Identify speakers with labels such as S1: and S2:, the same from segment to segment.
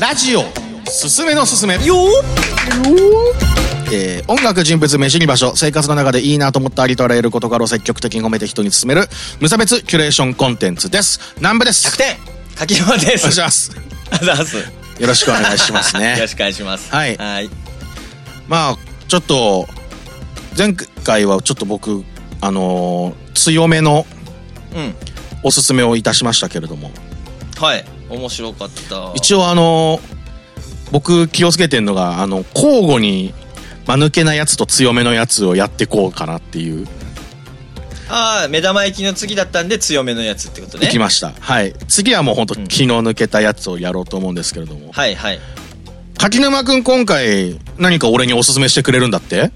S1: ラジオすすめのすすめよえー音楽人物飯に場所生活の中でいいなと思ったありとあらゆる事柄を積極的に褒めて人に勧める無差別キュレーションコンテンツです南部です
S2: 100点柿山で
S1: お願い
S2: す
S1: します
S2: あざっすよ
S1: よろしくお願いします ね
S2: ろしくお願いします
S1: はい
S2: はい
S1: まあちょっと前回はちょっと僕あのー強めの
S2: うん
S1: おすすめをいたしましたけれども
S2: はい面白かった
S1: 一応あのー僕気をつけてるのがあの交互に間抜けなやつと強めのやつをやってこうかなっていう
S2: ああ目玉焼きの次だったんで強めのやつってことね
S1: いきましたはい次はもうほんと
S2: うん
S1: 気の抜けたやつをやろうと思うんですけれども、
S2: はいはい
S1: 柿沼くん今回何か俺におすすめしてくれるんだって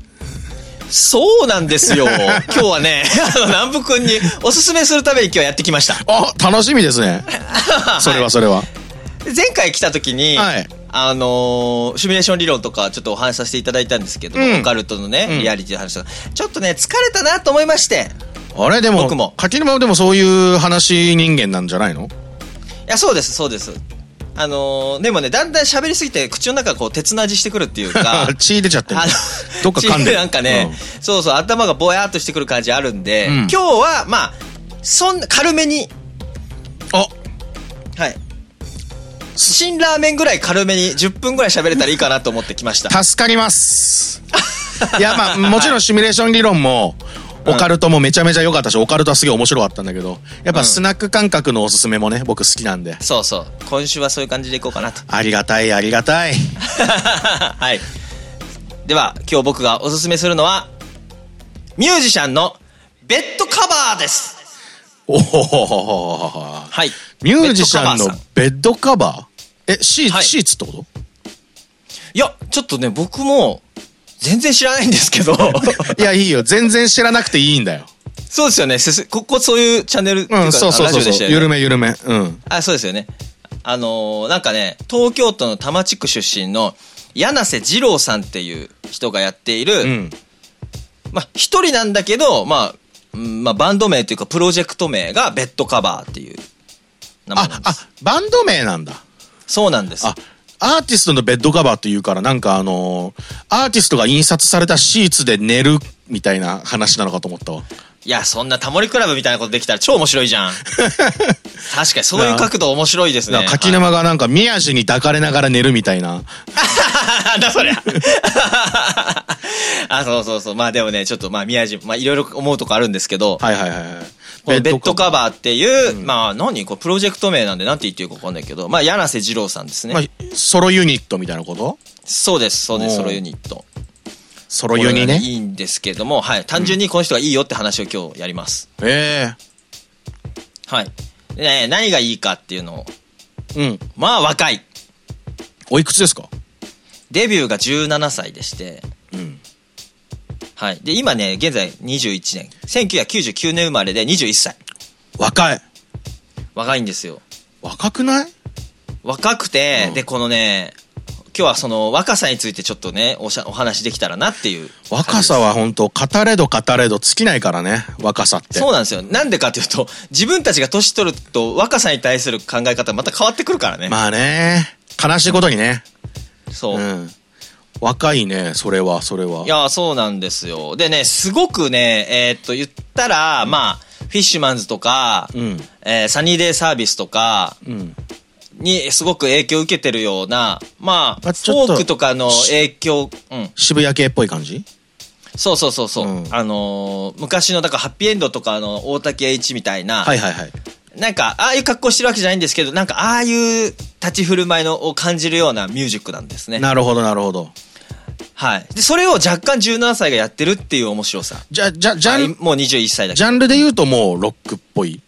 S2: そうなんで すよ今日はねあの南部君におすすめするために今日やってき ました
S1: あ楽しみです ねそれはそれは、
S2: 前回来た時に、
S1: はい
S2: あのーシミュレーション理論とかちょっとお話しさせていただいたんですけども、
S1: うん
S2: オカルトのね、
S1: うん
S2: リアリティの話とかちょっとね疲れたなと思いまして
S1: あれでも
S2: 僕も
S1: 柿沼でもそういう話人間なんじゃないの
S2: いやそうですそうですあのーでもねだんだん喋りすぎて口の中がこう鉄の味してくるってい うか
S1: 血出ちゃってる
S2: あの
S1: どっか噛んでる
S2: なんかね、そうそう頭がぼやーっとしてくる感じあるんで、
S1: うん
S2: 今日はまあそんな軽めに
S1: うんあ
S2: はい辛ラーメンぐらい軽めに10分ぐらい喋れたらいいかなと思ってきました
S1: 助かります いやまあもちろんシミュレーション理論もオカルトもめちゃめちゃ良かったしオカルトはすげえ面白かったんだけどやっぱスナック感覚のおすすめもね僕好きなんで
S2: そうそう今週はそういう感じでいこうかなと
S1: ありがたいありがたい
S2: はいでは今日僕がおすすめするのはミュージシャンのベッドカバーです
S1: おお
S2: はい
S1: ミュージシャンの
S2: ベッドカバーさん
S1: ベッドカバーえシーツ、
S2: はい
S1: シーツってこと
S2: いや、ちょっとね、僕も、全然知らないんです けど。
S1: いやいいよ全然知らなくていいんだよ
S2: そうですよね。すすここそういうチャンネルっていうか、
S1: んそうそう
S2: ラ
S1: そ
S2: ジ
S1: う
S2: オでし
S1: そ
S2: た
S1: う
S2: よ
S1: 緩
S2: ね。
S1: め緩めうん
S2: あ、そうですよね。あのーなんかね、東京都の多摩地区出身の、柳瀬二郎さんっていう人がやっている、
S1: うん
S2: まあ、一人なんだけど、まあ、うんまあ、バンド名というか、プロジェクト名が、ベッドカバーっていう名前な
S1: あ
S2: んで
S1: あ
S2: す。
S1: バンド名なんだ
S2: そうなんです。
S1: あ、アーティストのベッドカバーっていうから、なんかあのーアーティストが印刷されたシーツで寝るみたいな話なのかと思ったわ。
S2: いや、そんなタモリクラブみたいなことできたら超面白いじ ゃん。確かに、そういう角度面白いです
S1: なん
S2: ね。
S1: か柿沼がなんか宮地に抱かれながら寝るみたいな。
S2: なんだそりゃ。あ、そうそうそう。まあでもね、ちょっとまあ宮地、まあいろいろ思うとこあるんですけど、
S1: はいはいはいはい。
S2: このベッドカ
S1: ー。
S2: バーっていう、まあ何これプロジェクト名なんで何て言っていいかわかんないけど、まあ柳瀬二郎さんですね。
S1: まあ、ソロユニットみたいなこと
S2: そうです、そうで
S1: お
S2: す、
S1: う
S2: ソロユニット。
S1: ソロユニ
S2: これが
S1: ね。
S2: いいんですけども、はい。単純にこの人がいいよって話を今日やります。
S1: え
S2: はい。でね、何がいいかっていうのを、
S1: えうん。
S2: まあ若い。
S1: おいくつですか
S2: デビューが17歳でして、
S1: うん。
S2: はい。で、今ね、現在21年。1999年生まれで21歳。
S1: 若い。
S2: 若いんですよ。
S1: 若くない
S2: 若くて、
S1: うん
S2: でこのね今日はその若さについてちょっとねおしゃお話できたらなっていう
S1: 若さは本当語れど語れど尽きないからね。若さって。
S2: そうなんですよなんでかっていうと自分たちが年取ると若さに対する考え方また変わってくるからね、
S1: まあね。悲しいことにね。
S2: そう、
S1: うん。若いね、それは、それは。
S2: いやそうなんですよでねすごくねえーっと言ったらまあフィッシュマンズとか、
S1: うん
S2: えーサニーデイサービスとか
S1: うん。
S2: にすごく影響を受けてるようなまあ
S1: まあち
S2: フ
S1: ょっ
S2: ォ
S1: と
S2: ークとかの影響、うん、
S1: 渋谷系っぽい感じ
S2: そうそうそうそう。
S1: うん
S2: あのー昔の、だからハッピーエンドとかの大竹栄一みたいな、
S1: はいはいはい。
S2: なんか、ああいう格好してるわけじゃないんですけど、なんか、ああいう立ち振る舞いのを感じるようなミュージックなんですね。
S1: なるほどなるほど。
S2: はい。で、それを若干17歳がやってるっていう面白さ。
S1: じゃ、じゃ、ジャン
S2: はい、もう21歳だけ
S1: ジ
S2: ど。
S1: ャンルで言うともうロックっぽい。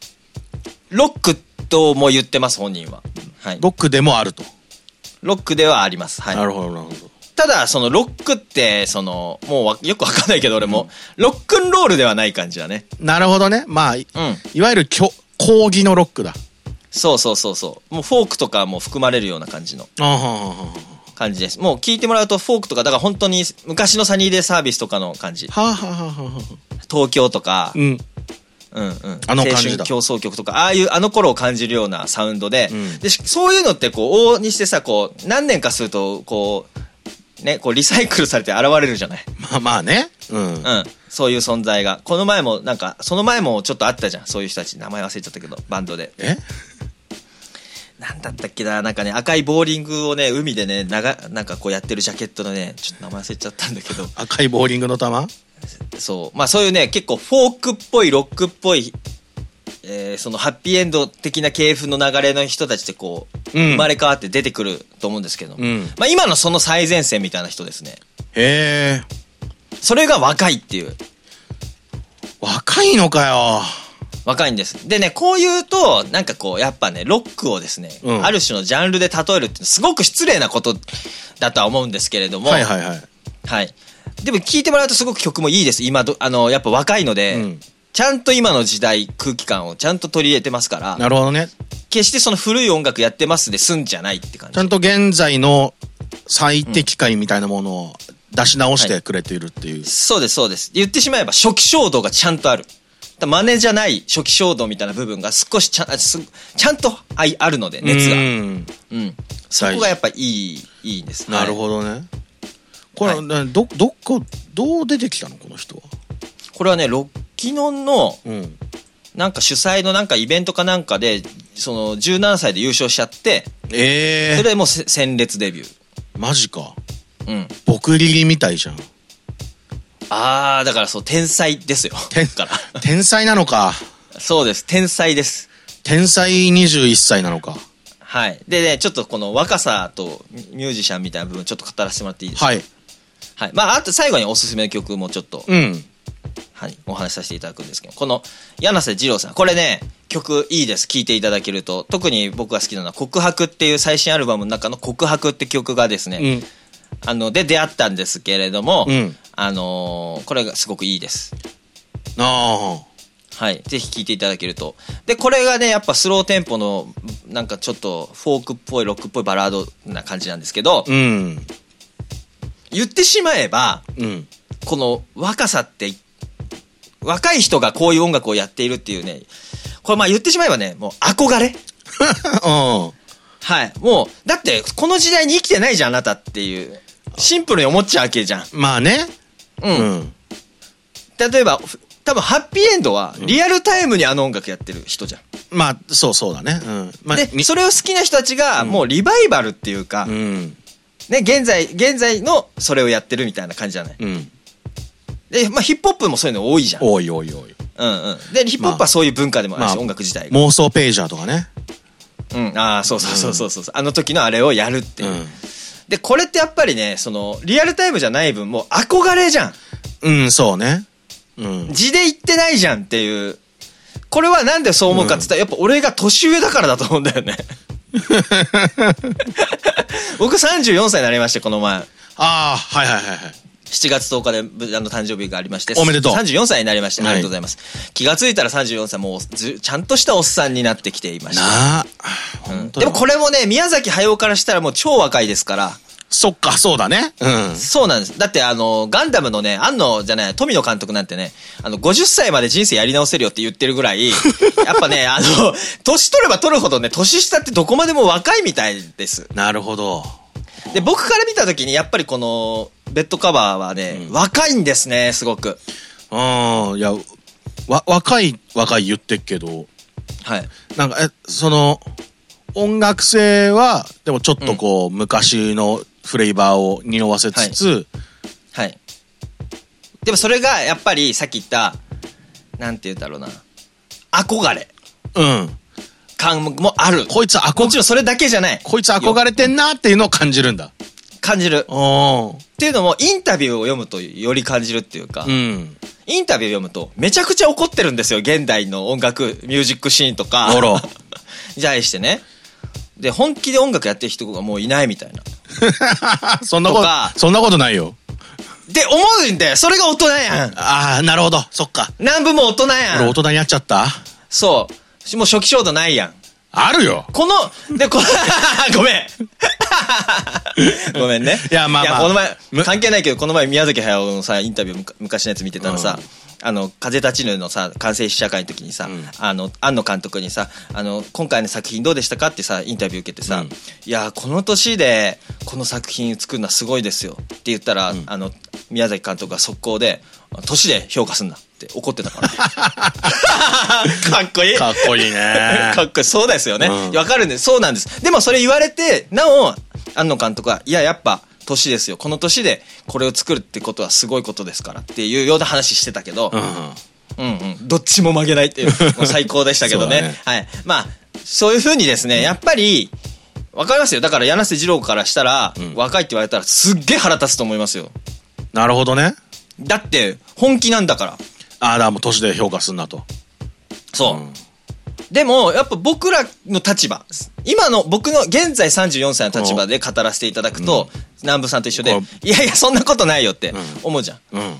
S2: ロックとも言ってます、本人は。はい。
S1: ロックでもあると。
S2: ロックではあります。はい。
S1: なるほどなるほど。
S2: ただ、そのロックって、その、もうわよくわかんないけど、俺も、ロックンロールではない感じだね。
S1: なるほどね。まあ、い
S2: うん
S1: いわゆるきょ講義のロックだ。
S2: そうそうそうそう。もうフォークとかも含まれるような感じの。
S1: あははは
S2: 感じです。もう聞いてもらうとフォークとか、だから本当に昔のサニーデイサービスとかの感じ。
S1: はははははは。
S2: 東京とか、
S1: うん。
S2: うんうん、
S1: あの感じだ
S2: 青春競争曲とかああいうあの頃を感じるようなサウンドで,、
S1: ん
S2: でしそういうのってこう往々にしてさこう何年かするとこう,、ね、こうリサイクルされて現れるじゃない、
S1: まあまあね。うん。
S2: うん、そういう存在がこの前もなんかその前もちょっとあったじゃんそういう人たち名前忘れちゃったけどバンドで
S1: え
S2: なんだったっけななんかね赤いボーリングをね海でね長なんかこうやってるジャケットのねちょっと名前忘れちゃったんだけど
S1: 赤いボーリングの球
S2: そう。まあそういうね、結構フォークっぽい、ロックっぽい、えーそのハッピーエンド的な系譜の流れの人たちってこう、
S1: うん
S2: 生まれ変わって出てくると思うんですけど、
S1: ん
S2: まあ今のその最前線みたいな人ですね。
S1: へえ。
S2: それが若いっていう。
S1: 若いのかよ。
S2: 若いんです。でね、こう言うと、なんかこう、やっぱね、ロックをですね、
S1: うん
S2: ある種のジャンルで例えるってすごく失礼なことだとは思うんですけれども、
S1: はいはいはい。
S2: はい。でも聞いてもらうとすごく曲もいいです。今ど、あの、やっぱ若いので、
S1: うん
S2: ちゃんと今の時代、空気感をちゃんと取り入れてますから、
S1: なるほどね。
S2: 決してその古い音楽やってますで済んじゃないって感
S1: ちゃ
S2: じ。
S1: んと現在の最適解みたいなものを出し直してくれているっていう。
S2: そうです、そうです。言ってしまえば初期衝動がちゃんとある。だ真似じゃない初期衝動みたいな部分が少しちゃん、あすちゃんとあいあるので、熱が。うん,、
S1: うん
S2: そこがやっぱいい、いいんです。
S1: なる
S2: はい
S1: ほどね。これ、
S2: はい
S1: など、どっか、どう出てきたのこの人は。
S2: これはね、ロッキノンの、
S1: うん。
S2: なんか主催のなんかイベントかなんかで、その17歳で優勝しちゃって、
S1: ええ
S2: それでもうせ鮮烈デビュ
S1: マジか。
S2: ー。うん。
S1: 僕リリみたいじゃん。
S2: あー、だからそう、天才ですよ。
S1: 天
S2: だから。
S1: 天才なのか。
S2: そうです。天才です。
S1: 天才21歳なのか。
S2: はい。でね、ちょっとこの若さとミミュージシャンみたいな部分ちょっと語らせてもらっていいですか
S1: はい。
S2: はい。まあ、あと最後におすすめの曲もちょっと、
S1: うん。
S2: はい、お話しさせていただくんですけど、この、柳瀬二郎さん。これね、曲いいです。聴いていただけると。特に僕が好きなのは、告白っていう最新アルバムの中の告白って曲がですね、
S1: うん。
S2: あの、で出会ったんですけれども、
S1: うん
S2: あのーこれがすごくいいです。
S1: ああ。
S2: はい。ぜひ聴いていただけると。で、これがね、やっぱスローテンポの、なんかちょっとフォークっぽい、ロックっぽいバラードな感じなんですけど、
S1: うん。
S2: 言ってしまえば、
S1: うん。
S2: この若さって、若い人がこういう音楽をやっているっていうね、これまあ言ってしまえばね、もう憧れ
S1: うん。
S2: はい。もう、だってこの時代に生きてないじゃん、あなたっていう。シンプルに思っちゃうわけじゃん。
S1: まあね。
S2: うん。
S1: うん。
S2: 例えば、ふ多分ハッピーエンドはリアルタイムにあの音楽やってる人じゃん。
S1: まあ、そうそうだね。うん。まあ、
S2: で、
S1: に
S2: それを好きな人たちがもうリバイバルっていうか、
S1: うん。
S2: ね、現在、現在のそれをやってるみたいな感じじゃない。
S1: うん。
S2: で、まあ、ヒップホップもそういうの多いじゃん。うん
S1: おいおいおい。
S2: うん。で、ヒップホップはそういう文化でもあるし、
S1: まあ
S2: 音楽自体が。
S1: 妄想ページャーとかね。
S2: うん、ああ、そうそうそうそうそう、あの時のあれをやるっていう。で、これってやっぱりね、その、リアルタイムじゃない分、もう憧れじゃん。
S1: うん。うん、そうね。うん。
S2: 字で言ってないじゃんっていう。これはなんでそう思うかって言ったら、やっぱ俺が年上だからだと思うんだよ ね。僕34歳になりまして、この前。
S1: ああ、はいはいはいはい。
S2: 7月10日でぶあの誕生日がありまして。
S1: おめでとう
S2: 34歳になりまして、あ
S1: はい
S2: りがとうございます。気がついたら34歳、もうずちゃんとしたおっさんになってきていました。
S1: なあ。
S2: うん
S1: 本当
S2: で
S1: だ
S2: もこれもね、宮崎駿からしたらもう超若いですから。
S1: そっか、そうだね。うん。
S2: そうなんです。だってあの、ガンダムのね、安野じゃない、富野監督なんてね、あの、50歳まで人生やり直せるよって言ってる ぐらい、やっぱね、あの、年取れば取るほどね、年下ってどこまでも若いみたいです。
S1: なるほど。
S2: で、僕から見た時に、やっぱりこの、ベッドカバーはね、若いんですね、すごく。
S1: うん。いや、わ、若い、若い言ってっけど、
S2: はい。
S1: なんか、え、その、音楽性は、でもちょっとこう、昔のフレーバーを匂わせつつ、
S2: はい。でもそれが、やっぱりさっき言った、なんて言うんだろうな、憧れ
S1: うん。
S2: 感もある。
S1: こいつ
S2: も
S1: 憧
S2: ちろんそれだけじゃない。
S1: こいつ憧れてんなっていうのを感じるんだ。
S2: 感じる。
S1: お
S2: っていうのも、インタビューを読むとより感じるっていうか、
S1: うん。
S2: インタビューを読むと、めちゃくちゃ怒ってるんですよ、現代の音楽、ミュージックシーンとか。
S1: あら
S2: に対してね。で、本気で音楽やってる人がもういないみたいな。
S1: そんなこと
S2: か
S1: と、そんなことないよ。
S2: で、思うんだよそれが大人やん
S1: ああ、なるほど。そっか。
S2: 南部も大人
S1: 俺
S2: や
S1: 大
S2: ん
S1: 人になっちゃった
S2: そう。しもう初期衝動ないやん。
S1: あるよ。
S2: この、で、こ、 ごめん。ごめんね。
S1: いやまあまあ
S2: この前、
S1: む
S2: 関係ないけど、この前宮崎駿のさ、インタビューむか昔のやつ見てたらさ、あの、風立ちぬのさ、完成試写会の時にさ、
S1: うん
S2: あの、庵野監督にさ、あの、今回の作品どうでしたかってさ、インタビュー受けてさ、
S1: うん
S2: いやー、この年で、この作品作るのはすごいですよって言ったら、あの、宮崎監督が速攻で、年で評価すんなって怒ってたから。 かっこいい。
S1: かっこいいね
S2: かっこいい。そうですよね。
S1: うん
S2: わ、かるんです。そうなんです。でもそれ言われて、なお、庵野監督は、いや、やっぱ、年ですよ。この年でこれを作るってことはすごいことですからっていうような話してたけど、
S1: うん
S2: うん、うんどっちも曲げないっていう、もう最高でしたけど
S1: そうだ
S2: ね。
S1: ね
S2: はい。まあ、そういうふうにですね、やっぱり、わかりますよ。だから、柳瀬二郎からしたら、
S1: ん
S2: 若いって言われたら、すっげえ腹立つと思いますよ。
S1: なるほどね
S2: だって、本気なんだから。
S1: ああだからもう年で評価すんなと
S2: そう。
S1: うん
S2: でも、やっぱ僕らの立場、今の僕の現在34歳の立場で語らせていただくと、南部さんと一緒で
S1: こ、
S2: いやいや、そんなことないよって
S1: ん
S2: 思うじゃん。
S1: うん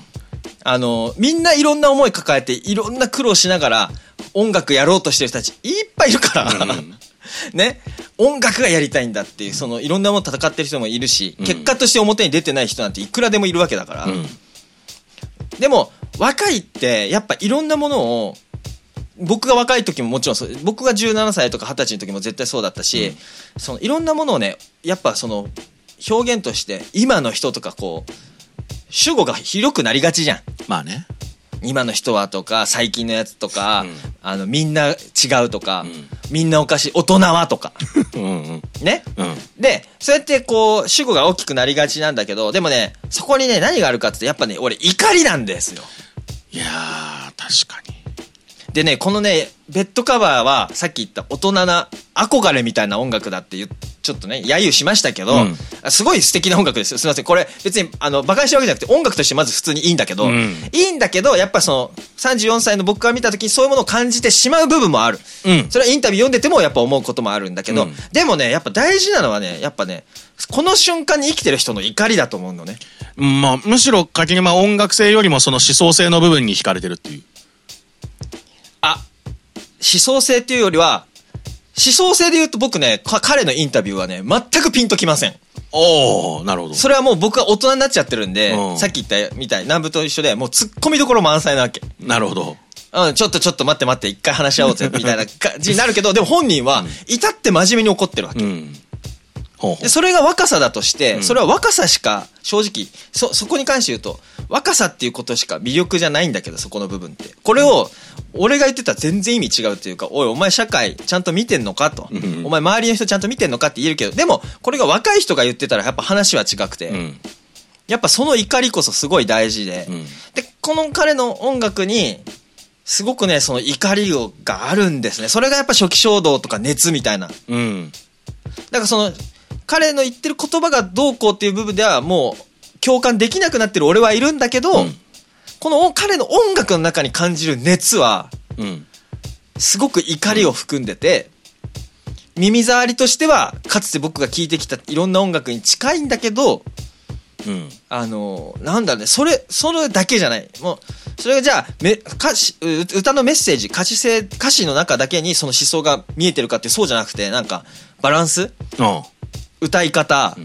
S2: あの、みんないろんな思い抱えて、いろんな苦労しながら、音楽やろうとしてる人たち、いっぱいいるから、 ね、音楽がやりたいんだっていう、その、いろんなもの戦ってる人もいるし、結果として表に出てない人なんていくらでもいるわけだから、
S1: うん
S2: でも、若いって、やっぱいろんなものを、僕が若い時ももちろんそう、僕が17歳とか20歳の時も絶対そうだったし、そのいろんなものをね、やっぱその、表現として、今の人とかこう、主語が広くなりがちじゃん。
S1: まあね
S2: 今の人はとか、最近のやつとか、
S1: うん
S2: あの、みんな違うとか、
S1: ん
S2: みんなおかしい、大人はとか、
S1: うんうん
S2: ね。
S1: うん
S2: で、そうやってこう、主語が大きくなりがちなんだけど、でもね、そこにね、何があるかって、やっぱね、俺、怒りなんですよ。
S1: いやー確かに
S2: でね、このね、ベッドカバーは、さっき言った大人な憧れみたいな音楽だって言っちょっとね、揶揄しましたけど、
S1: うん
S2: あすごい素敵な音楽ですよ。すいません。これ、別に、あの、馬鹿にしてるわけじゃなくて、音楽としてまず普通にいいんだけど、
S1: うん
S2: いいんだけど、やっぱその、34歳の僕が見た時にそういうものを感じてしまう部分もある。
S1: うん
S2: それはインタビュー読んでてもやっぱ思うこともあるんだけど、
S1: うん
S2: でもね、やっぱ大事なのはね、やっぱね、この瞬間に生きてる人の怒りだと思うのね。
S1: まあ、むしろ垣沼は音楽性よりもその思想性の部分に惹かれてるっていう。
S2: あ、思想性っていうよりは、思想性で言うと僕ね、か彼のインタビューはね、全くピンときません。
S1: おおなるほど。
S2: それはもう僕は大人になっちゃってるんで、
S1: うん
S2: さっき言ったみたい、南部と一緒で、もう突っ込みどころ満載なわけ。
S1: なるほど。
S2: うん、ちょっとちょっと待って待って、一回話し合おうぜ、みたいな感じになるけど、でも本人は、至って真面目に怒ってるわけ。
S1: うん。ほうほ
S2: で、それが若さだとして、それは若さしか、正直、そ、そこに関して言うと、若さっていうことしか魅力じゃないんだけど、そこの部分って。これを、俺が言ってたら全然意味違うというか、おい、お前社会ちゃんと見てんのかと。お前周りの人ちゃんと見てんのかって言えるけど、でも、これが若い人が言ってたらやっぱ話は違くて、
S1: う。うん。
S2: やっぱその怒りこそすごい大事で、
S1: うん
S2: で、この彼の音楽に、すごくね、その怒りをがあるんですね。それがやっぱ初期衝動とか熱みたいな。
S1: うん。
S2: だからその、彼の言ってる言葉がどうこうっていう部分ではもう共感できなくなってる俺はいるんだけど、
S1: うん
S2: この彼の音楽の中に感じる熱は、
S1: うん。
S2: すごく怒りを含んでて、耳障りとしては、かつて僕が聴いてきたいろんな音楽に近いんだけど、
S1: うん。
S2: あの、なんだろうね、それ、それだけじゃない。もう、それがじゃあ、め歌詞、う歌のメッセージ、歌詞性、歌詞の中だけにその思想が見えてるかってそうじゃなくて、なんか、バランス
S1: あ
S2: 歌い方、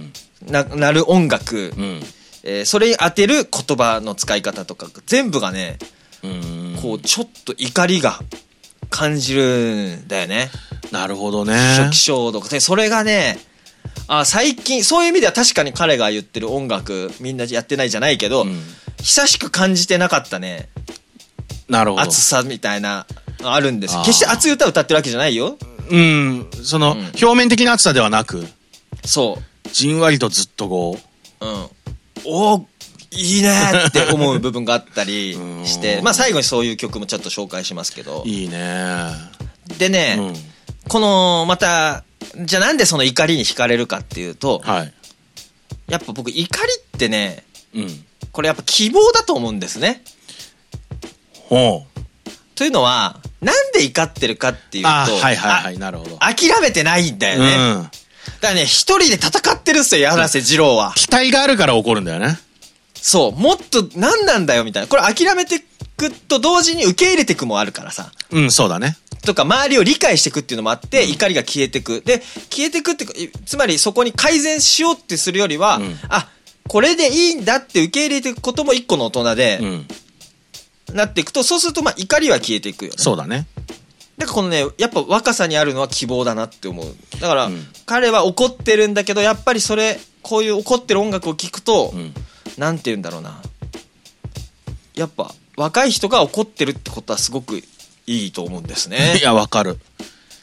S2: な、なる音楽、
S1: うん。
S2: えーそれに当てる言葉の使い方とか、全部がね、
S1: うん。
S2: こう、ちょっと怒りが感じるんだよね。
S1: なるほどね。
S2: 初期衝動。で、それがね、あ最近、そういう意味では確かに彼が言ってる音楽、みんなやってないじゃないけど、
S1: うん
S2: 久しく感じてなかったね、
S1: なるほど。
S2: 熱さみたいな、あるんです
S1: あー
S2: 決して熱い歌を歌ってるわけじゃないよ。
S1: うん。その、
S2: ん
S1: 表面的な暑さではなく、
S2: そ
S1: じんわりとずっとこ
S2: う。うん。おーいいねーって思う部分があったりして、
S1: うん
S2: まあ最後にそういう曲もちょっと紹介しますけど
S1: う、。いいね。
S2: でね、
S1: うん。
S2: この、また、じゃあなんでその怒りに惹かれるかっていうと、
S1: はい。
S2: やっぱ僕怒りってね、
S1: うん。
S2: これやっぱ希望だと思うんですね。
S1: ほう。
S2: というのは、なんで怒ってるかっていうと、
S1: あはいはいはい。
S2: あ
S1: なるほど。
S2: 諦めてないんだよね。だ
S1: うん。
S2: からね、一人で戦ってるんですよ、柳瀬二郎は。
S1: 期待があるから怒るんだよね。
S2: そう、もっと何なんだよ、みたいな。これ諦めてくと同時に受け入れてくもあるからさ。
S1: うん、そうだね。
S2: とか、周りを理解していくっていうのもあって、怒りが消えてく。で、消えてくってか、いつまりそこに改善しようってするよりは、
S1: うん
S2: あ、これでいいんだって受け入れていくことも一個の大人で、
S1: うん。
S2: なっていくと、そうすると、まあ、怒りは消えていくよね。
S1: そうだね。
S2: だからこのね、やっぱ若さにあるのは希望だなって思う。だから、
S1: うん
S2: 彼は怒ってるんだけど、やっぱりそれ、こういう怒ってる音楽を聴くと、
S1: ん
S2: なんて言うんだろうな。やっぱ、若い人が怒ってるってことはすごくいいと思うんです ね。
S1: いや、わかる。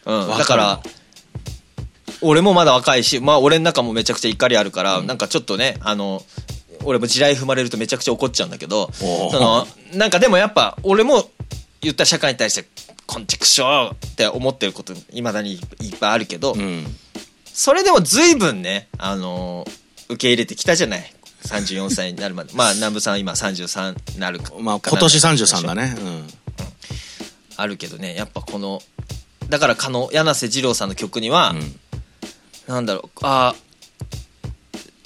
S2: うん、
S1: わ
S2: だ
S1: か
S2: か
S1: る
S2: ら俺もまだ若いし、まあ、俺の中もめちゃくちゃ怒りあるから、なんかちょっとねあの俺も地雷踏まれるとめちゃくちゃ怒っちゃうんだけど
S1: おー
S2: そのなんかでもやっぱ俺も言ったら社会に対して「こんちくしょう!」って思ってることいまだにいっぱいあるけど、
S1: うん。
S2: それでも随分ね、あのー受け入れてきたじゃない34歳になるまでまあ南部さんは今33になるか
S1: まあ、今年33だ
S2: ね
S1: ね。うん。
S2: あるけどねやっぱこのだからかの柳瀬二郎さんの曲には、
S1: ん
S2: なんだろうあ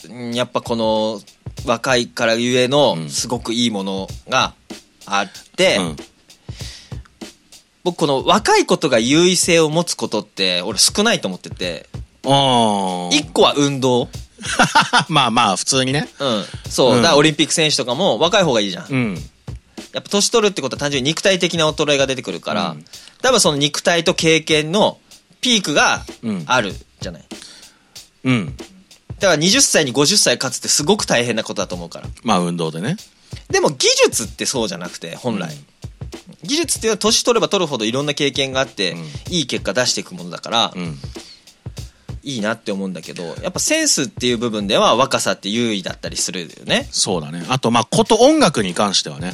S2: ーうんやっぱこの若いからゆえの
S1: ん
S2: すごくいいものがあって、
S1: うん
S2: 僕この若いことが優位性を持つことって俺少ないと思ってて
S1: あー
S2: 一個は運動、
S1: まあまあ、普通にね。
S2: うん、そう、
S1: うん
S2: だからオリンピック選手とかも若い方がいいじゃん、
S1: うん。
S2: やっぱ年取るってことは単純に肉体的な衰えが出てくるから、
S1: うん
S2: 多分その肉体と経験のピークが
S1: うん
S2: あるじゃない、
S1: うん。
S2: だから20歳に50歳勝つってすごく大変なことだと思うから
S1: まあ、運動でね。
S2: でも技術ってそうじゃなくて本来、技術っていうのは年取れば取るほどいろんな経験があって、
S1: うん
S2: いい結果出していくものだから、
S1: うん。
S2: いいなって思うんだけどやっぱセンスっていう部分では若さって優位だったりするよね
S1: そうだね。あと、まあ、こと音楽に関してはね。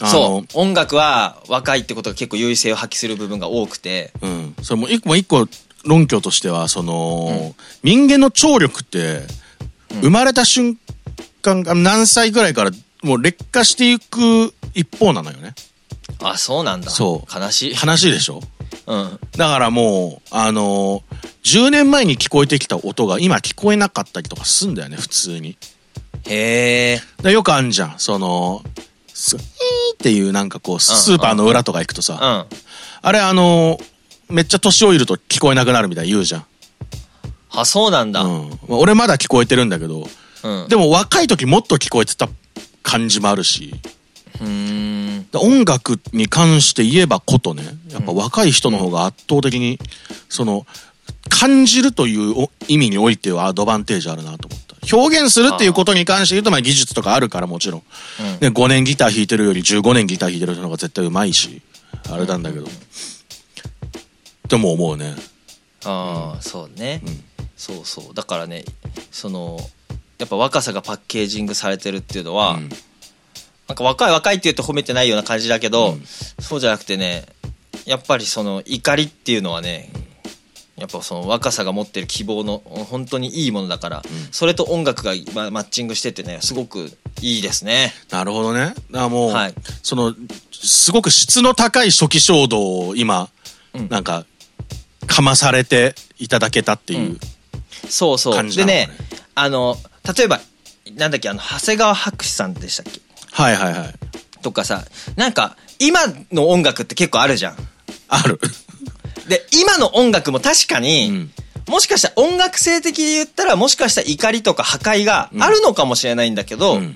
S1: あの
S2: そう音楽は若いってことが結構優位性を発揮する部分が多くて
S1: うん、それもう一個もう一個論拠としてはその、人間の聴力って生まれた瞬間が何歳ぐらいからもう劣化していく一方なのよね
S2: あそうなんだ
S1: そう
S2: 悲しい、
S1: 悲しいでしょ
S2: うん、
S1: だからもうあの10年前に聞こえてきた音が今聞こえなかったりとかすんだよね普通に
S2: へえ
S1: だよくあんじゃんそのスイーっていうなんかこうスーパーの裏とか行くと
S2: う
S1: さ
S2: ん
S1: あれあのめっちゃ年老いると聞こえなくなるみたいに言うじゃん、
S2: あそうなんだ、
S1: う
S2: うん
S1: ん、まあ俺まだ聞こえてるんだけどでも若い時もっと聞こえてた感じもあるし、
S2: うーん
S1: だ音楽に関して言えばことね、やっぱ若い人の方が圧倒的に、その、感じるというお意味においてはアドバンテージあるなと思った。表現するっていうことに関して言うと、まあ技術とかあるからもちろん。ね、5年ギター弾いてるより15年ギター弾いてる人の方が絶対うまいし、あれなんだけど。でも思うね。
S2: ああ、そうね、そうそうだからねそのやっぱ若さがパッケージングされてるっていうのは、
S1: うん
S2: なんか若い若いって言うと褒めてないような感じだけど、そうじゃなくてねやっぱりその怒りっていうのはねやっぱその若さが持ってる希望の本当にいいものだから、それと音楽がまマッチングしててねすごくいいですね
S1: なるほどね。だからもう、
S2: はい
S1: その、すごく質の高い初期衝動を今、
S2: うん
S1: なんか、かまされていただけたっていう。
S2: うんそうそう、
S1: 感じ
S2: で
S1: なの
S2: ね
S1: ね
S2: あの例えばなんだっけあの長谷川博士さんでしたっけ
S1: はいはいはい。
S2: とかさなんか今の音楽って結構あるじゃん
S1: ある。
S2: で今の音楽も確かに、
S1: うん
S2: もしかしたら音楽性的に言ったらもしかしたら怒りとか破壊があるのかもしれないんだけど、
S1: うん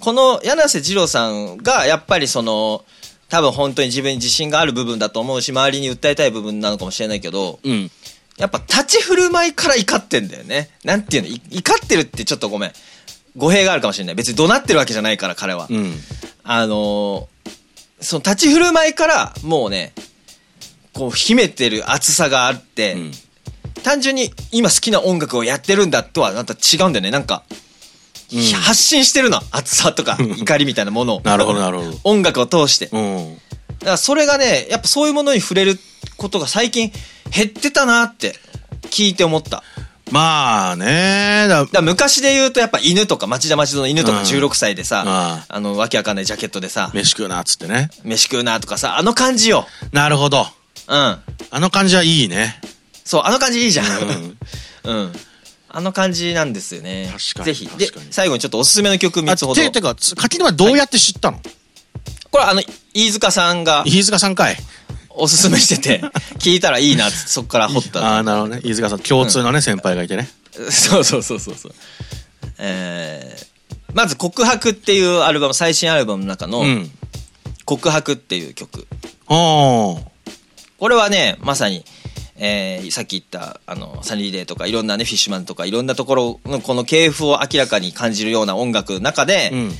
S2: この柳瀬二郎さんがやっぱりその多分本当に自分に自信がある部分だと思うし周りに訴えたい部分なのかもしれないけど
S1: うん。
S2: やっぱ立ち振る舞いから怒ってんだよねなんていうのい怒ってるってちょっとごめん語弊があるかもしれない別に怒鳴ってるわけじゃないから彼は、
S1: うん。
S2: あのーその立ち振る舞いからもうねこう秘めてる熱さがあって、
S1: うん
S2: 単純に今好きな音楽をやってるんだとはまた違うんだよねなんか、発信してるの熱さとか怒りみたいなものを
S1: なるほどなるほど
S2: 音楽を通してだ
S1: うん。
S2: からそれがねやっぱそういうものに触れることが最近減ってたなって聞いて思った
S1: まあねだ
S2: だから昔で言うとやっぱ犬とか町田町田の犬とか
S1: うん
S2: 16歳でさ、
S1: あ
S2: あのわけわかんないジャケットでさ
S1: 飯食うなっつってね。
S2: 飯食うなとかさあの感じよ
S1: なるほど。
S2: うん
S1: あの感じはいいね。
S2: そう、あの感じいいじゃん。
S1: ん
S2: うん。あの感じなんですよね。
S1: 確かに
S2: ぜひ。で
S1: 確か、に
S2: 最後にちょっとおすすめの曲3
S1: あ
S2: つほど。
S1: て、てか、つ柿沼どうやって知ったの、
S2: これあの、飯塚さんが
S1: 飯塚さんかい。
S2: おすすめして て、聞いたらいいなっつって、そっから掘った。
S1: ああ、なるほどね。飯塚さん、共通のね、先輩がいてね。
S2: そうそうそうそうそう。えー、まず告白っていうアルバム、最新アルバムの中の、
S1: うん。
S2: 告白っていう曲。
S1: ああ。
S2: これはね、まさに、えーさっき言った、あの、サニーデーとか、いろんなね、フィッシュマンとか、いろんなところのこの系譜を明らかに感じるような音楽の中で、
S1: うん。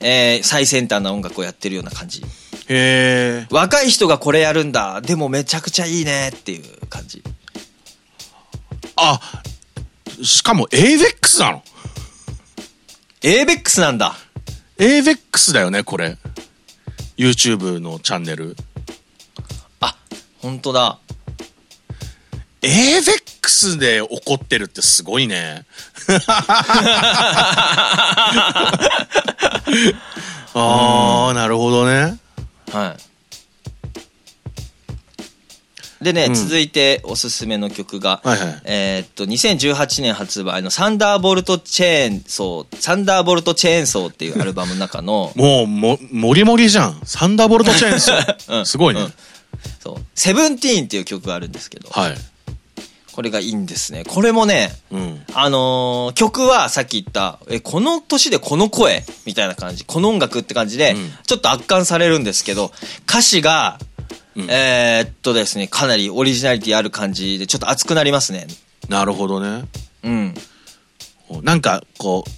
S1: へ
S2: えー最先端な音楽をやってるような感じ。
S1: え。
S2: 若い人がこれやるんだ。でもめちゃくちゃいいねっていう感じ。
S1: あ、しかも AVEX なの。
S2: エーベックスなんだ。
S1: AVEX だよね、これ。YouTube のチャンネル。
S2: あ、本当だ。
S1: AVEX で怒ってるってすごい ね。ああ、なるほどね。
S2: はい。でね、
S1: ん
S2: 続いておすすめの曲が、
S1: はいはい、
S2: えーっと、2018年発売のサンダーボルトチェーンソー、サンダーボルトチェーンソーっていうアルバムの中の
S1: もう、も、もりもりじゃん。サンダーボルトチェーンソー。すごいね。
S2: うんそう、セブンティーンっていう曲があるんですけど、
S1: はい。
S2: これがいいんですね。これもね、
S1: うん。
S2: あのー曲はさっき言った、え、この年でこの声みたいな感じ、この音楽って感じで、
S1: ん
S2: ちょっと圧巻されるんですけど、歌詞が、
S1: うん
S2: えーっとですね、かなりオリジナリティある感じで、ちょっと熱くなりますね。
S1: なるほどね。
S2: うん。
S1: なんか、こう、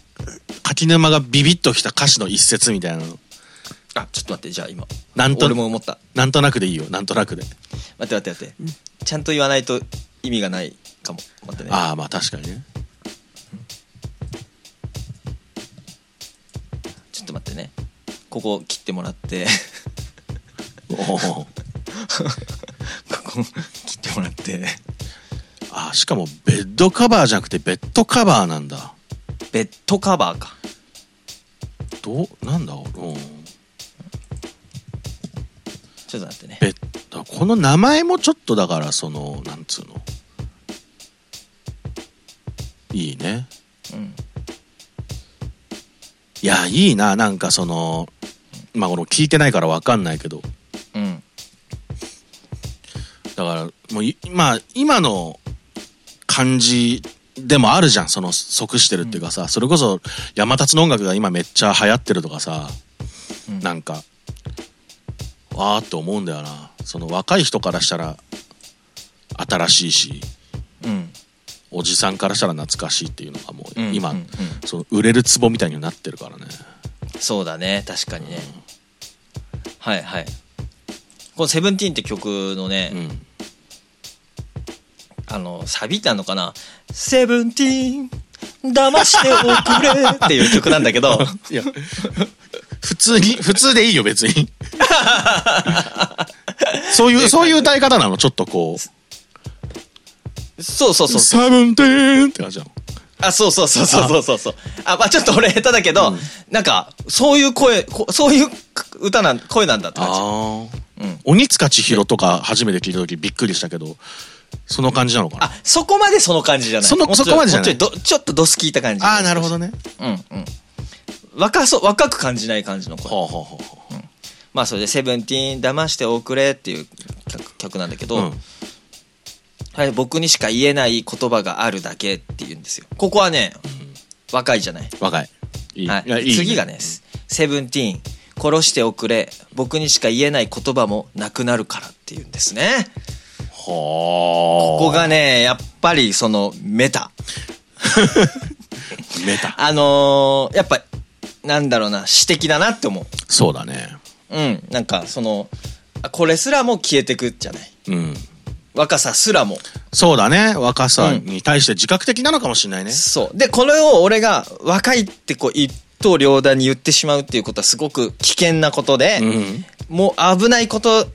S1: 柿沼がビビッときた歌詞の一節みたいなの。
S2: あ、ちょっと待って、じゃあ今。
S1: なんと
S2: 俺も思った。
S1: なんとなくでいいよ。なんとなくで。
S2: 待って待って待って。ちゃんと言わないと意味がないかも。待ってね。
S1: ああ、まあ確かにね。
S2: ちょっと待ってね。ここ切ってもらって、
S1: おー
S2: ここ切ってもらって、
S1: ああ、しかもベッドカバーじゃなくてベッドカバーなんだ。
S2: ベッドカバーか。
S1: どう、なんだろう。うん
S2: ちょっと待ってね。
S1: ベッド、この名前もちょっとだから、その、なんつうの。いいね。
S2: うん。
S1: いや、いいな。なんかその、まあこの聞いてないからわかんないけど。
S2: うん。
S1: だから、もうい、まあ、今の感じでもあるじゃん、その即してるっていうかさ、それこそ山立の音楽が今めっちゃ流行ってるとかさ、
S2: うん
S1: なんか、わーって思うんだよな。その若い人からしたら新しいし、
S2: うん。
S1: おじさんからしたら懐かしいっていうのがもう
S2: うん
S1: 今、
S2: うんうん
S1: その売れるツボみたいになってるからね。
S2: そうだね。確かにね。はいはい。このセブンティーンって曲のね、
S1: うん。
S2: あの、錆びたのかなセブンティーン、騙しておくれっていう曲なん だけど、
S1: いや、普通に、普通でいいよ、別 に。そういう、そういう歌い方なの、ちょっとこう。
S2: そうそうそう。
S1: サブンテーンって感じなの。
S2: あ、そうそうそうそうそうそうそう。あ、まあちょっと俺下手だけど、なんか、そういう声、こそういう歌なん、声なんだって感
S1: ああ。
S2: じ。うん。
S1: 鬼塚千尋とか初めて聞いた時びっくりしたけど、その感じなのかな。
S2: あ、そこまでその感じじゃない。
S1: その
S2: もうちょ
S1: そこまでじゃない
S2: もうちょどちょっとドス聞いた感じ。
S1: あー、なるほどね。
S2: うんうん。若そう、若く感じない感じの声。
S1: ほうほうほうほ
S2: まあそれで、セブンティーン、騙しておくれっていう曲曲なんだけど、
S1: うん
S2: はい、僕にしか言えない言葉があるだけっていうんですよ。ここはね、若いじゃない。
S1: う。若い。いい。
S2: はい
S1: やいい
S2: 次がね、。セブンティーン、殺しておくれ、僕にしか言えない言葉もなくなるからっていうんですね。
S1: ほ
S2: こ
S1: う。
S2: こがね、やっぱりそのメタ。
S1: メタ。
S2: あのーやっぱ、なんだろうな、詩的だなって思う。
S1: そうだね。
S2: うん、なんかその、あこれすらも消えてくじゃない。
S1: うん。
S2: 若さすらも。
S1: そうだね。若さに対して自覚的なのかもしれないね。
S2: そう。で、これを俺が若いってこう一刀両断に言ってしまうっていうことはすごく危険なことで、
S1: うん。
S2: もう危ないこと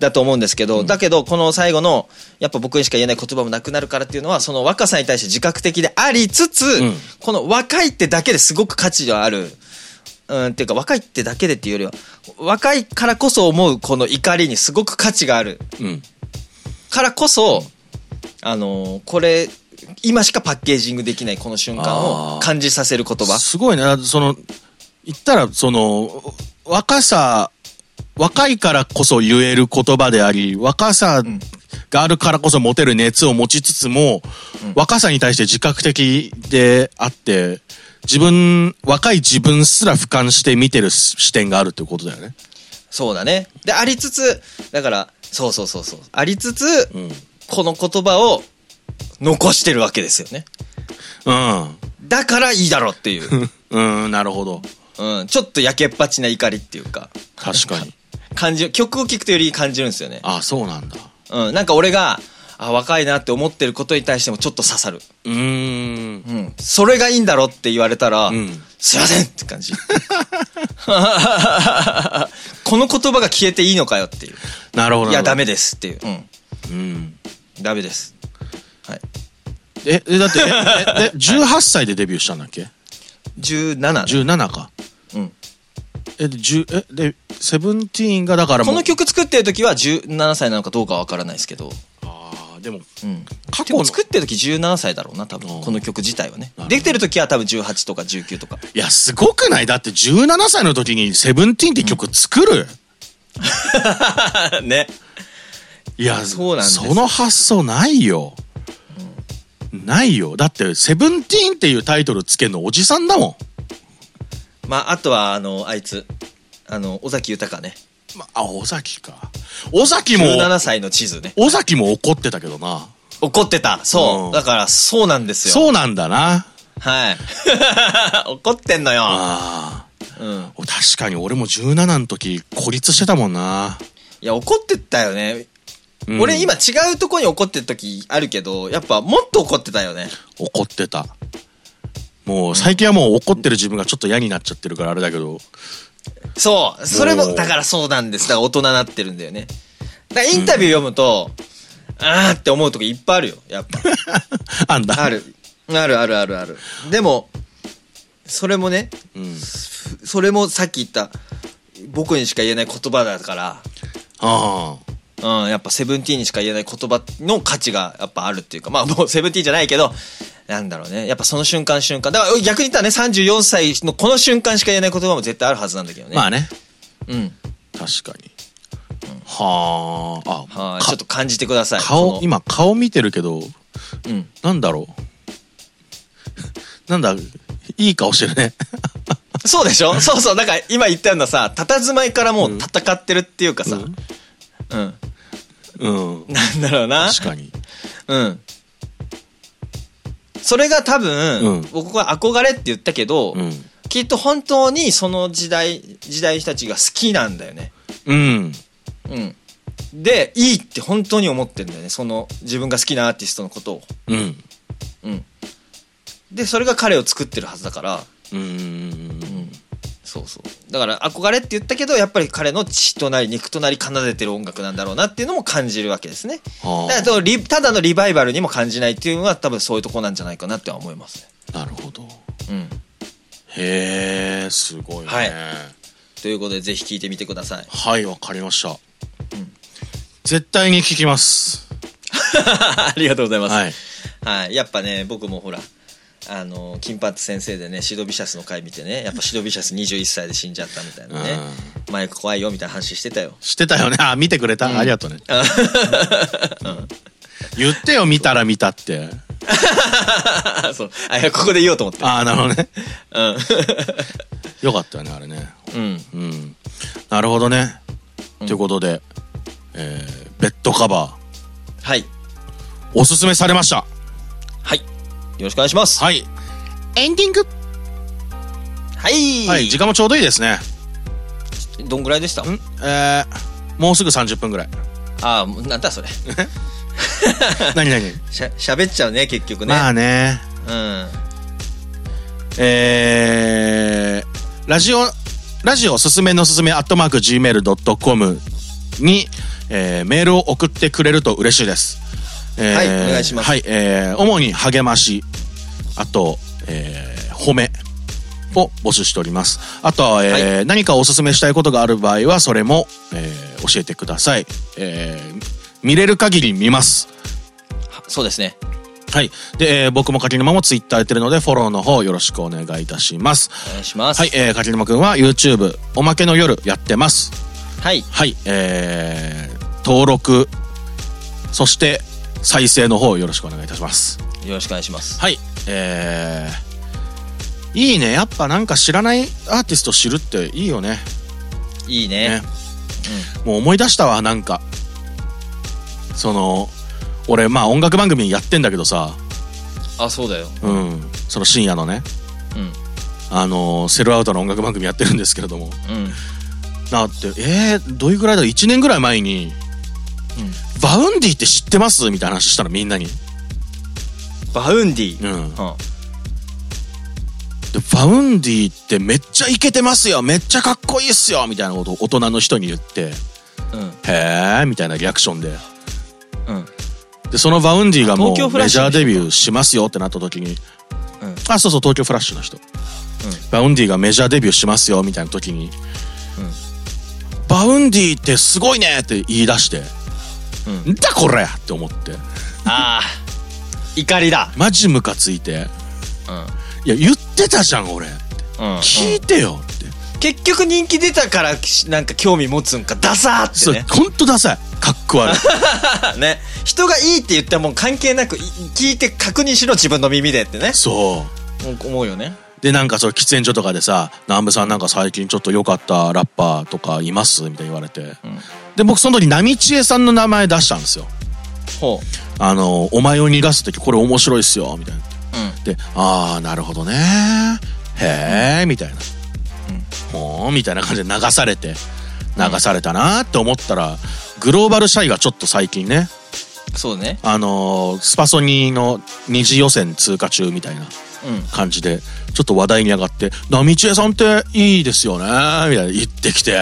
S2: だと思うんですけど、だけどこの最後のやっぱ僕にしか言えない言葉もなくなるからっていうのはその若さに対して自覚的でありつつ、
S1: ん
S2: この若いってだけですごく価値がある。うん、っていうか若いってだけでっていうよりは若いからこそ思うこの怒りにすごく価値がある
S1: うん。
S2: からこそあのーこれ今しかパッケージングできないこの瞬間を感じさせる言葉
S1: すごいね。その、言ったら、その、若さ、若いからこそ言える言葉であり、若さがあるからこそ持てる熱を持ちつつも、若さに対して自覚的であって、自分、若い自分すら俯瞰して見てる視点があるってことだよね。
S2: そうだね。で、ありつつ、だから、そうそうそうそう。ありつつ、
S1: うん。うん。
S2: この言葉を残してるわけですよね。だからいいだろうっ ていう。
S1: うん、なるほど。
S2: うん。ちょっとやけっぱちな怒りっていうか、
S1: 確 かに。
S2: 感じる、曲を聴くとより感じるんですよね。
S1: あ、そうなんだ。
S2: うん。なんか俺が、あ、若いなって思ってることに対してもちょっと刺さる。
S1: うーん。
S2: うん。それがいいんだろうって言われたら、
S1: うん
S2: すいませんって感じ。 この言葉が消えていいのかよっていう。
S1: なるほど。
S2: いや、ダ
S1: メ。
S2: メですっていう。うん。
S1: うん。
S2: ダメです。はい。
S1: え、えだって、え、え、18歳でデビューしたんだっけ
S2: 17。
S1: ?17 か。
S2: うん。
S1: え、で、10、え、で、セブンティーンがだからも
S2: こ
S1: う
S2: の曲作ってる時は17歳なのかどうかはわからないですけど、
S1: ああ、でも、
S2: うん。
S1: 過
S2: 過
S1: 去の
S2: 去作ってる時17歳だろうな、多
S1: あ
S2: 分。
S1: ー
S2: この曲自体はね
S1: なるほ。ど
S2: できてる時は多分18とか19とか。
S1: いや、すごくないだって17歳の時にセブンティーンって曲作る、
S2: ね。
S1: いや、
S2: そうなんです
S1: その発想ないよ。ないよ。だって、セブンティーンっていうタイトルつけるのおじさんだも
S2: まあ、あとは、あの、あいつ。あの、尾崎豊ね。
S1: ん。まあ、尾崎か。尾崎も、
S2: 17歳の地図ね。
S1: 尾崎も怒ってたけどな。
S2: 怒ってた。
S1: うん
S2: そう。だから、そうなんですよ。
S1: そうなんだな。
S2: はい。 怒ってんのよ。
S1: あ
S2: うん。
S1: あ。確かに俺も17の時孤立してたもんな。
S2: いや、怒ってたよね。
S1: うん
S2: 俺今違うとこに怒ってる時あるけど、やっぱもっと怒ってたよね。
S1: 怒ってた。もう最近はもう怒ってる自分がちょっと嫌になっちゃってるからあれだけど。
S2: そう。それ
S1: おー
S2: も、だからそうなんです。だから大人になってるんだよね。だからインタビュー読むと、あーって思うとこいっぱいあるよ。やっぱ。
S1: あ んだ。
S2: ある。あるあるあるある。でも、それもね、
S1: うん。
S2: それもさっき言った、僕にしか言えない言葉だから、
S1: ああ。
S2: うん、やっぱセブンティーンにしか言えない言葉の価値がやっぱあるっていうか、まあもうセブンティーンじゃないけど、なんだろうね。やっぱその瞬間瞬間。だから逆に言ったらね、34歳のこの瞬間しか言えない言葉も絶対あるはずなんだけどね。
S1: まあね。
S2: うん。
S1: 確かに。はあ。あ、
S2: はい、
S1: か
S2: ちょっと感じてください。
S1: 顔、
S2: その
S1: 今顔見てるけど、
S2: うん。
S1: なんだろう。 なんだ、いい顔してるね。
S2: そうでしょ そうそう。なんか今言ったようなさ、佇まいからもう戦ってるっていうかさ、うん。
S1: うん。
S2: なんだろうな。
S1: 確かに。
S2: うん。それが多分、
S1: うん
S2: 僕は憧れって言ったけど、
S1: うん。
S2: きっと本当にその時代、時代人たちが好きなんだよね。
S1: うん。
S2: うん。で、いいって本当に思ってんだよね。その自分が好きなアーティストのことを。
S1: うん。
S2: うん。で、それが彼を作ってるはずだから、
S1: うーん。
S2: そうそう。だから憧れって言ったけど、やっぱり彼の血となり肉となり奏でてる音楽なんだろうなっていうのも感じるわけですね。
S1: は
S2: だ
S1: あ
S2: からそのリただのリバイバルにも感じないっていうのは多分そういうとこなんじゃないかなっては思います
S1: なるほど。
S2: ね。うん。
S1: へえ、すごいね。
S2: はいということで、ぜひ聞いてみてください。
S1: はい、わかりました。絶対に聞きます。
S2: ありがとうございます。
S1: はい。
S2: はい、やっぱね僕もほらあの金髪先生でねシドビシャスの回見てねやっぱシドビシャス21歳で死んじゃったみたいなね前怖いよみたいな話してたよ
S1: してたよね。あ、見てくれた。ありがとうね。言ってよ、見たら見たって。
S2: あそう あいやここで言おうと思って
S1: ああ、なるほどね。
S2: う
S1: よかったよね、あれね。
S2: ん、うん、
S1: うん。なるほどね。ということで、えーベッドカバー、
S2: はい
S1: おすすめされました。
S2: はいよろしくお願いします
S1: はい。エンディング
S2: はい、
S1: はい、時間もちょうどいいですね。
S2: どんぐらいでした
S1: んえー、もうすぐ30分ぐ らい。
S2: ああなんだそ れ
S1: 何何
S2: しゃ喋っちゃうね結局ね、
S1: まあね。
S2: うん
S1: えーラジオ、ラジオすすめのすすめ、アットマーク Gmail.com に、えーメールを送ってくれると嬉しいです。えー
S2: はいお願いします
S1: はい、えー主に励まし、あと、えー褒め。を募集しております。あとは、えー何かおすすめしたいことがある場合は、それも、えー教えてください。えー見れる限り見ます。
S2: そうですね
S1: はい。で、えー僕も柿沼もツイッターやってるので、フォローの方よろしくお願いいたします。
S2: お願いします
S1: はい、えー、柿沼くんは YouTube おまけの夜やってます。
S2: はい
S1: はい、えー、登録、そして再生の方よろしくお願いいたします。
S2: よろしくお願いします
S1: はい、えー、いいね。やっぱなんか知らないアーティスト知るっていいよね。
S2: いいね
S1: ねもう思い出したわなんかその俺まあ音楽番組やってんだけどさ、
S2: あ、そうだよ。
S1: うん、その深夜のね
S2: うん。
S1: あのセルアウトの音楽番組やってるんですけれども
S2: うん。
S1: なってえー、どういうぐらいだろう1年ぐらい前に「バウンディって知ってます?」みたいな話したのみんなに、
S2: バウンディ。
S1: う
S2: う
S1: ん、
S2: ん
S1: でバウンディってめっちゃイケてますよめっちゃかっこいいっすよみたいなことを大人の人に言って
S2: うん。
S1: へえみたいなリアクションで
S2: うん。
S1: でそのバウンディがも
S2: 東京
S1: う
S2: フラ
S1: メ
S2: ッシ
S1: ジ
S2: ュの
S1: ャー
S2: 人
S1: デビューしますよってなった時に
S2: うん。
S1: あそうそう東京フラッシュの人、バウンディがメジャーデビューしますよみたいな時に、バウンディってすごいねって言い出して、、
S2: うん
S1: だこれって思って
S2: ああ。怒りだ。
S1: マジムカついて
S2: うん。うん。
S1: いや言ってたじゃん俺聞いてよって、
S2: 結局人気出たからしなんか興味持つんかダサー
S1: そ
S2: っ
S1: れ
S2: てね
S1: ほんとダサいかっこ悪い
S2: ね人がいいって言ったらもう関係なくい聞いて確認しろ自分の耳でってね
S1: そう
S2: 思うよね
S1: でなんかその喫煙所とかでさ「南部さんなんか最近ちょっと良かったラッパーとかいます?」みたいに言われて、で僕その時波千恵さんの名前出したんですよ
S2: ほう
S1: 「あのお前を逃がす時これ面白いっすよ」みたいなで「ああなるほどねへえ」みたいな「ほう」みたいな感じで流されて流されたなーって思ったらグローバルシャイがちょっと最近ね
S2: うんそうね
S1: あのースパソニーの二次予選通過中みたいな
S2: うん
S1: 感じでちょっと話題に上がって「波千恵さんっていいですよね」みたいな言ってきて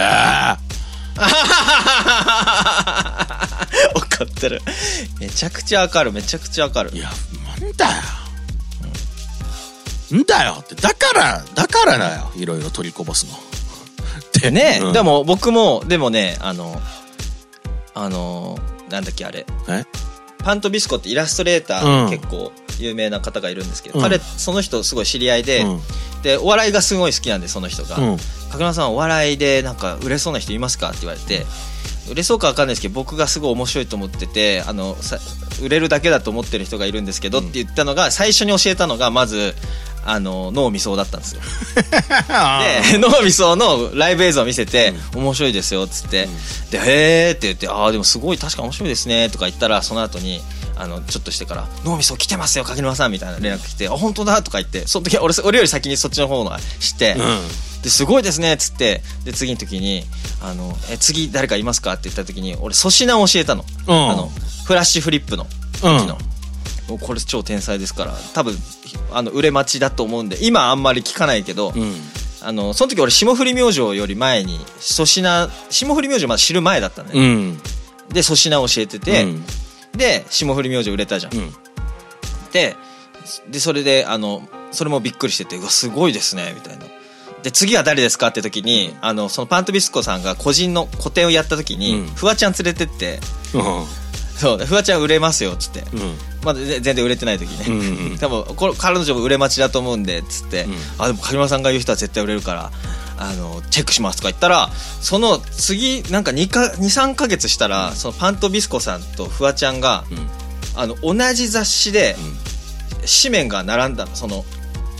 S2: 怒ってるめちゃくちゃ明るいめちゃくちゃ明る
S1: 「い
S2: い
S1: やなんだよ」んだよってだからだからだよいろいろ取りこぼすの。って
S2: ねえ、
S1: うん
S2: でも僕もでもねあのあのなんだっけあれ
S1: え
S2: パントビスコってイラストレーター、
S1: うん
S2: 結構有名な方がいるんですけど、
S1: うん
S2: 彼その人すごい知り合いで、
S1: うん
S2: でお笑いがすごい好きなんでその人が
S1: うん
S2: 「角、間さんお笑いでなんか売れそうな人いますか?」って言われて売れそうかわかんないですけど僕がすごい面白いと思っててあのさ売れるだけだと思ってる人がいるんですけど、
S1: うん
S2: って言ったのが最初に教えたのがまずあの脳みそだったんですよ。で、脳みそのライブ映像を見せて、面白いですよ、っつって、で、へーって言って、ああ、でもすごい、確か面白いですね、とか言ったら、その後に、あの、ちょっとしてから、脳みそ来てますよ、柿沼さん、みたいな連絡来て、あ、本当だ、とか言って、その時、俺、俺より先にそっちの方のが知って、で、すごいですね、っつって、で、次の時に、あの、え、次誰かいますかって言った時に、俺、粗品を教えたの。
S1: うん
S2: あの、フラッシュフリップの。
S1: うん
S2: 時のもうこれ超天才ですから多分あの売れ待ちだと思うんで今あんまり聞かないけど、
S1: うん
S2: あのその時俺霜降り明星より前に粗品霜降り明星まだ知る前だったね、
S1: うん
S2: で粗品を教えてて、
S1: うん
S2: で霜降り明星売れたじゃん、
S1: うん
S2: ででそれであのそれもびっくりしてて「うわすごいですね」みたいな。で次は誰ですかって時にあのそのパントビスコさんが個人の個展をやった時に、
S1: うん
S2: フワちゃん連れてって
S1: うん
S2: 「そうねフワちゃん売れますよ」っつって、
S1: うん
S2: まだぜ全然売れてない時ね、
S1: うんうん
S2: 多分これ彼女も売れ待ちだと思うんでっつって、
S1: ん
S2: あでも狩村さんが言う人は絶対売れるからあのチェックしますとか言ったらその次なんか23か月したら、そのパントビスコさんとフワちゃんが、
S1: うん
S2: あの同じ雑誌で紙面が並んだのその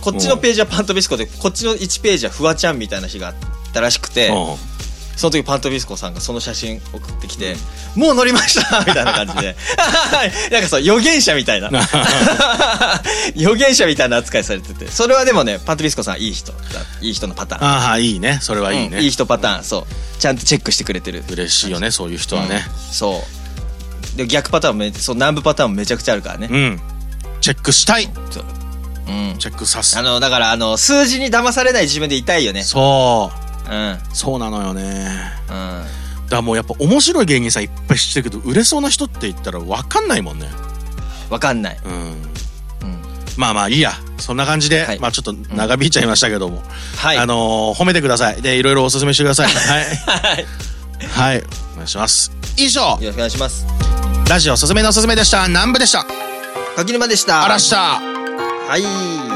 S2: こっちのページはパントビスコでこっちの1ページはフワちゃんみたいな日があったらしくて、
S1: うん
S2: その時パントビスコさんがその写真送ってきて、もう乗りましたみたいな感じで。 なんかそう、予言者みたいな。 予言者みたいな扱いされてて。それはでもね、パントビスコさんいい人だ。いい人のパターン。
S1: ああいいねそれはいい
S2: うんいい
S1: ね
S2: 人パターン。そう。ちゃんとチェックしてくれてる。
S1: 嬉しいよねそういう人はね
S2: うんそう。で、逆パターンもめ、そう、南部パターンもめちゃくちゃあるからね。
S1: うんチェックしたい
S2: うん。
S1: チェックさす
S2: あの、だから、あの、数字に騙されない自分でいたいよね。
S1: そ
S2: うん。うん。
S1: うそうなのよねだからもうやっぱ面白い芸人さんいっぱい知ってるけど売れそうな人って言ったら分かんないもんね
S2: わかんない。
S1: うん
S2: うん。
S1: まあまあいいやそんな感じで、
S2: はい
S1: まあちょっと長引いちゃいましたけども、
S2: はい。
S1: あのー褒めてくださいでいろいろおすすめしてくだ さいは
S2: はい。よ
S1: いはいお願いします以上
S2: ろしくお願いします。
S1: ラジオおすすめのおすすめでした南部でした
S2: 柿沼でした。
S1: あらした
S2: はい。